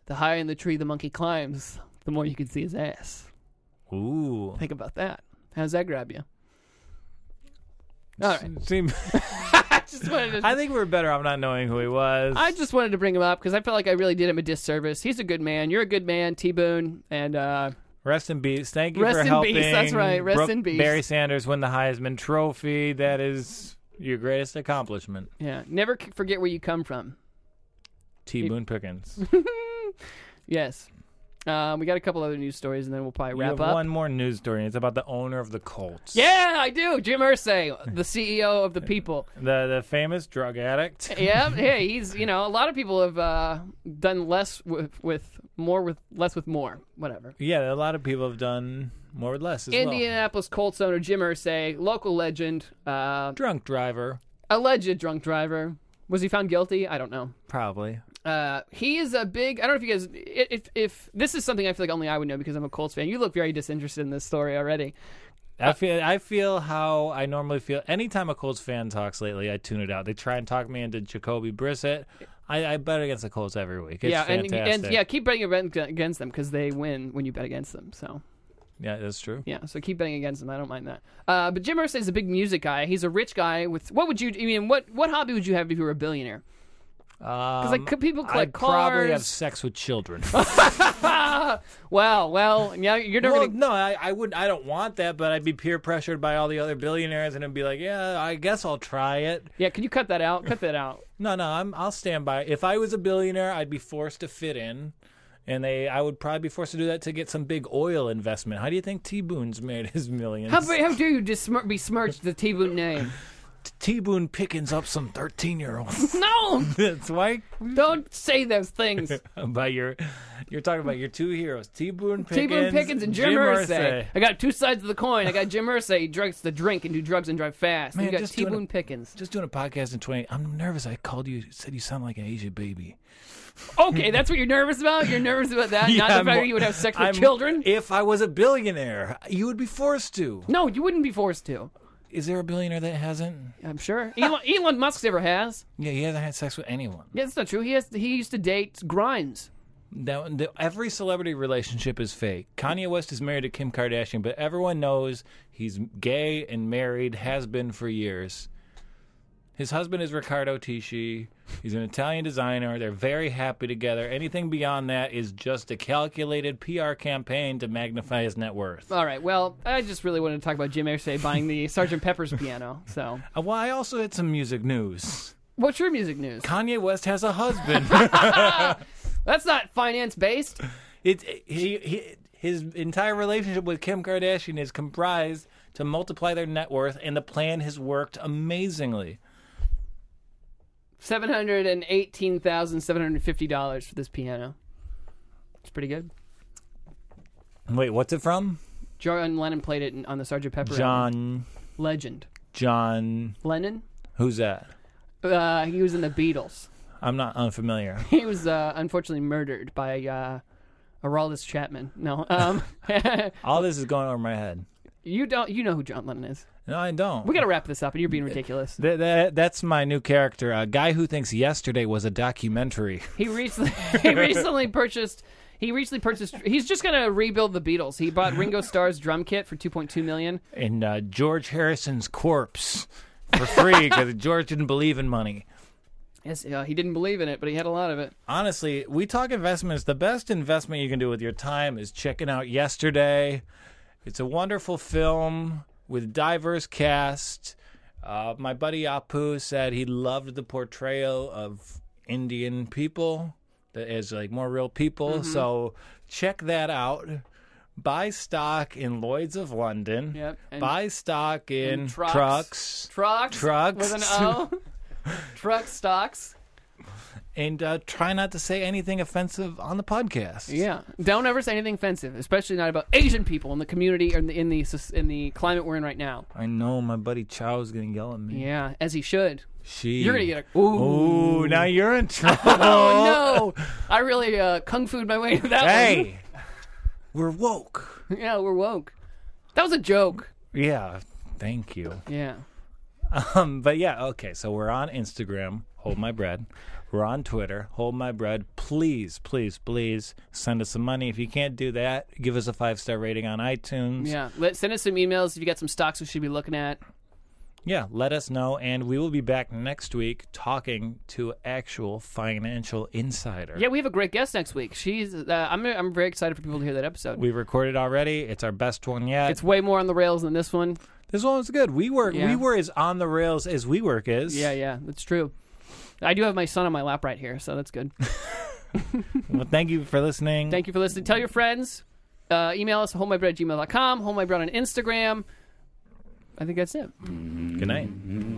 Speaker 1: The higher in the tree the monkey climbs, the more you can see his ass.
Speaker 2: Ooh.
Speaker 1: Think about that. How's that grab you? All right.
Speaker 2: Seem-
Speaker 1: I just wanted to
Speaker 2: I think we're better off not knowing who he was.
Speaker 1: I just wanted to bring him up because I felt like I really did him a disservice. He's a good man. You're a good man, T Boone, and uh,
Speaker 2: Rest in peace. Thank you
Speaker 1: Rest
Speaker 2: for
Speaker 1: in
Speaker 2: helping.
Speaker 1: peace, that's right. Rest
Speaker 2: Brooke
Speaker 1: in peace.
Speaker 2: Barry Sanders win the Heisman Trophy. That is your greatest accomplishment.
Speaker 1: yeah, never c- forget where you come from.
Speaker 2: T Boone Pickens.
Speaker 1: Yes. Uh, we got a couple other news stories, and then we'll probably
Speaker 2: You
Speaker 1: wrap
Speaker 2: have
Speaker 1: up.
Speaker 2: one more news story. and It's about the owner of the Colts.
Speaker 1: Yeah, I do. Jim Irsay, the CEO of the People.
Speaker 2: The the famous drug addict.
Speaker 1: yeah, hey, he's you know a lot of people have uh, done less with, with more with less with more, whatever.
Speaker 2: Yeah, a lot of people have done more or less as well.
Speaker 1: Indianapolis Colts owner Jim Irsay, local legend, uh,
Speaker 2: Drunk driver,
Speaker 1: alleged drunk driver. Was he found guilty? I don't know.
Speaker 2: probably.
Speaker 1: Uh, he is a big. I don't know if you guys. i- If if this is something I feel like only I would know because I'm a Colts fan. You look very disinterested in this story already.
Speaker 2: I feel I feel how I normally feel. Anytime a Colts fan talks lately, I tune it out. They try and talk me into Jacoby Brissett. I, I bet against the Colts every week. It's
Speaker 1: yeah, and,
Speaker 2: fantastic.
Speaker 1: and yeah, keep betting ag- against them because they win when you bet against them. So
Speaker 2: Yeah, that's true.
Speaker 1: Yeah, so keep betting against him. I don't mind that. Uh, but Jim Irsay is a big music guy. He's a rich guy with what would you? I mean, what what hobby would you have if you were a billionaire?
Speaker 2: Because
Speaker 1: like, could people collect
Speaker 2: Um, I'd probably have
Speaker 1: cars?
Speaker 2: sex with children.
Speaker 1: Well, well, yeah, you're never
Speaker 2: well,
Speaker 1: gonna.
Speaker 2: no, I, I wouldn't. I don't want that, but I'd be peer pressured by all the other billionaires, and it'd be like, yeah, I guess I'll try it.
Speaker 1: Yeah, can you cut that out? Cut that out.
Speaker 2: No, no, I'm, I'll stand by. If I was a billionaire, I'd be forced to fit in, and they, I would probably be forced to do that to get some big oil investment. How do you think T Boone's made his millions?
Speaker 1: How, ba- how dare you besmirch, besmirch the T Boone name?
Speaker 2: T Boone Pickens up some thirteen-year-olds.
Speaker 1: No,
Speaker 2: That's why.
Speaker 1: don't say those things.
Speaker 2: By your, you're talking about your two heroes, T Boone Pickens,
Speaker 1: T Boone Pickens and Jim, Irsay. I got two sides of the coin. I got Jim Irsay. He drinks to drink and do drugs and drive fast.
Speaker 2: Man,
Speaker 1: and you got
Speaker 2: just
Speaker 1: T
Speaker 2: doing a-
Speaker 1: Boone Pickens.
Speaker 2: Just doing a podcast in twenty. I'm nervous. I called you. Said you sound like an Asian baby.
Speaker 1: Okay, that's what you're nervous about. You're nervous about that. Not the
Speaker 2: Yeah,
Speaker 1: fact that
Speaker 2: more-
Speaker 1: you would have sex with
Speaker 2: I'm-
Speaker 1: children.
Speaker 2: If I was a billionaire, you would be forced to.
Speaker 1: No, you wouldn't be forced to.
Speaker 2: Is there a billionaire that hasn't?
Speaker 1: I'm sure. Elon, Elon Musk never has.
Speaker 2: Yeah, he hasn't had sex with anyone.
Speaker 1: Yeah, that's not true. He has. He used to date Grimes.
Speaker 2: Now, the, every celebrity relationship is fake. Kanye West is married to Kim Kardashian, but everyone knows he's gay and married, has been for years. His husband is Riccardo Tisci. He's an Italian designer. They're very happy together. Anything beyond that is just a calculated PR campaign to magnify his net worth.
Speaker 1: All right. Well, I just really wanted to talk about Jim Irsay buying the Sgt. Pepper's piano. So,
Speaker 2: Uh, Well, I also had some music news.
Speaker 1: what's your music news?
Speaker 2: Kanye West has a husband.
Speaker 1: That's not finance based.
Speaker 2: It's he, he his entire relationship with Kim Kardashian is comprised to multiply their net worth, and the plan has worked amazingly.
Speaker 1: Seven hundred and eighteen thousand seven hundred fifty dollars for this piano. It's pretty good.
Speaker 2: Wait, what's it from?
Speaker 1: John Lennon played it in, on the Sgt. Pepper. album.
Speaker 2: John
Speaker 1: Legend.
Speaker 2: John
Speaker 1: Lennon.
Speaker 2: who's that?
Speaker 1: Uh, he was in the Beatles.
Speaker 2: I'm not unfamiliar.
Speaker 1: he was uh, unfortunately murdered by uh, Araldus Chapman. No, um,
Speaker 2: All this is going over my head.
Speaker 1: you don't. You know who John Lennon is.
Speaker 2: No, I don't.
Speaker 1: We got to wrap this up, and you're being ridiculous.
Speaker 2: Th- that- that's my new character, a guy who thinks yesterday was a documentary.
Speaker 1: He recently he recently purchased. He recently purchased. He's just gonna rebuild the Beatles. He bought Ringo Starr's drum kit for 2.2 million.
Speaker 2: And uh, George Harrison's corpse for free because George didn't believe in money.
Speaker 1: Yes, uh, he didn't believe in it, but he had a lot of it.
Speaker 2: honestly, we talk investments. The best investment you can do with your time is checking out Yesterday. It's a wonderful film with diverse cast. Uh, my buddy Apu said he loved the portrayal of Indian people that is like more real people.
Speaker 1: Mm-hmm.
Speaker 2: So check that out. Buy stock in Lloyd's of London.
Speaker 1: Yep, and-
Speaker 2: Buy stock in
Speaker 1: And trucks.
Speaker 2: trucks.
Speaker 1: Trucks,
Speaker 2: Trucks.
Speaker 1: with an O. Truck stocks.
Speaker 2: And uh, try not to say anything offensive on the podcast.
Speaker 1: Yeah, don't ever say anything offensive, especially not about Asian people in the community or in the in the, soc- in the climate we're in right now.
Speaker 2: I know my buddy Chow's gonna yell at me.
Speaker 1: Yeah, as he should.
Speaker 2: She.
Speaker 1: You're gonna get a ooh.
Speaker 2: Ooh, now you're in trouble.
Speaker 1: Oh no! I really uh, kung fu'd my way to that
Speaker 2: hey, we're woke.
Speaker 1: one. yeah, we're woke. That was a joke.
Speaker 2: Yeah, thank you.
Speaker 1: Yeah.
Speaker 2: Um, but yeah, okay. So we're on Instagram. Hold my bread. We're on Twitter. Hold my bread. Please, please, please send us some money. If you can't do that, give us a five star rating on iTunes.
Speaker 1: Yeah. Let send us some emails if you got some stocks we should be looking at.
Speaker 2: yeah, let us know, and we will be back next week talking to actual financial insider.
Speaker 1: Yeah, we have a great guest next week. She's uh, I'm I'm very excited for people to hear that episode.
Speaker 2: We recorded already. It's our best one yet.
Speaker 1: it's way more on the rails than this one.
Speaker 2: This one was good. We work.
Speaker 1: Yeah.
Speaker 2: We were as on the rails as we work is.
Speaker 1: Yeah, yeah, that's true. I do have my son on my lap right here, so that's good.
Speaker 2: well, thank you for listening.
Speaker 1: Thank you for listening. Tell your friends. Uh, email us at homemybread at gmail.com, homemybread on Instagram. I think that's it.
Speaker 2: Good night.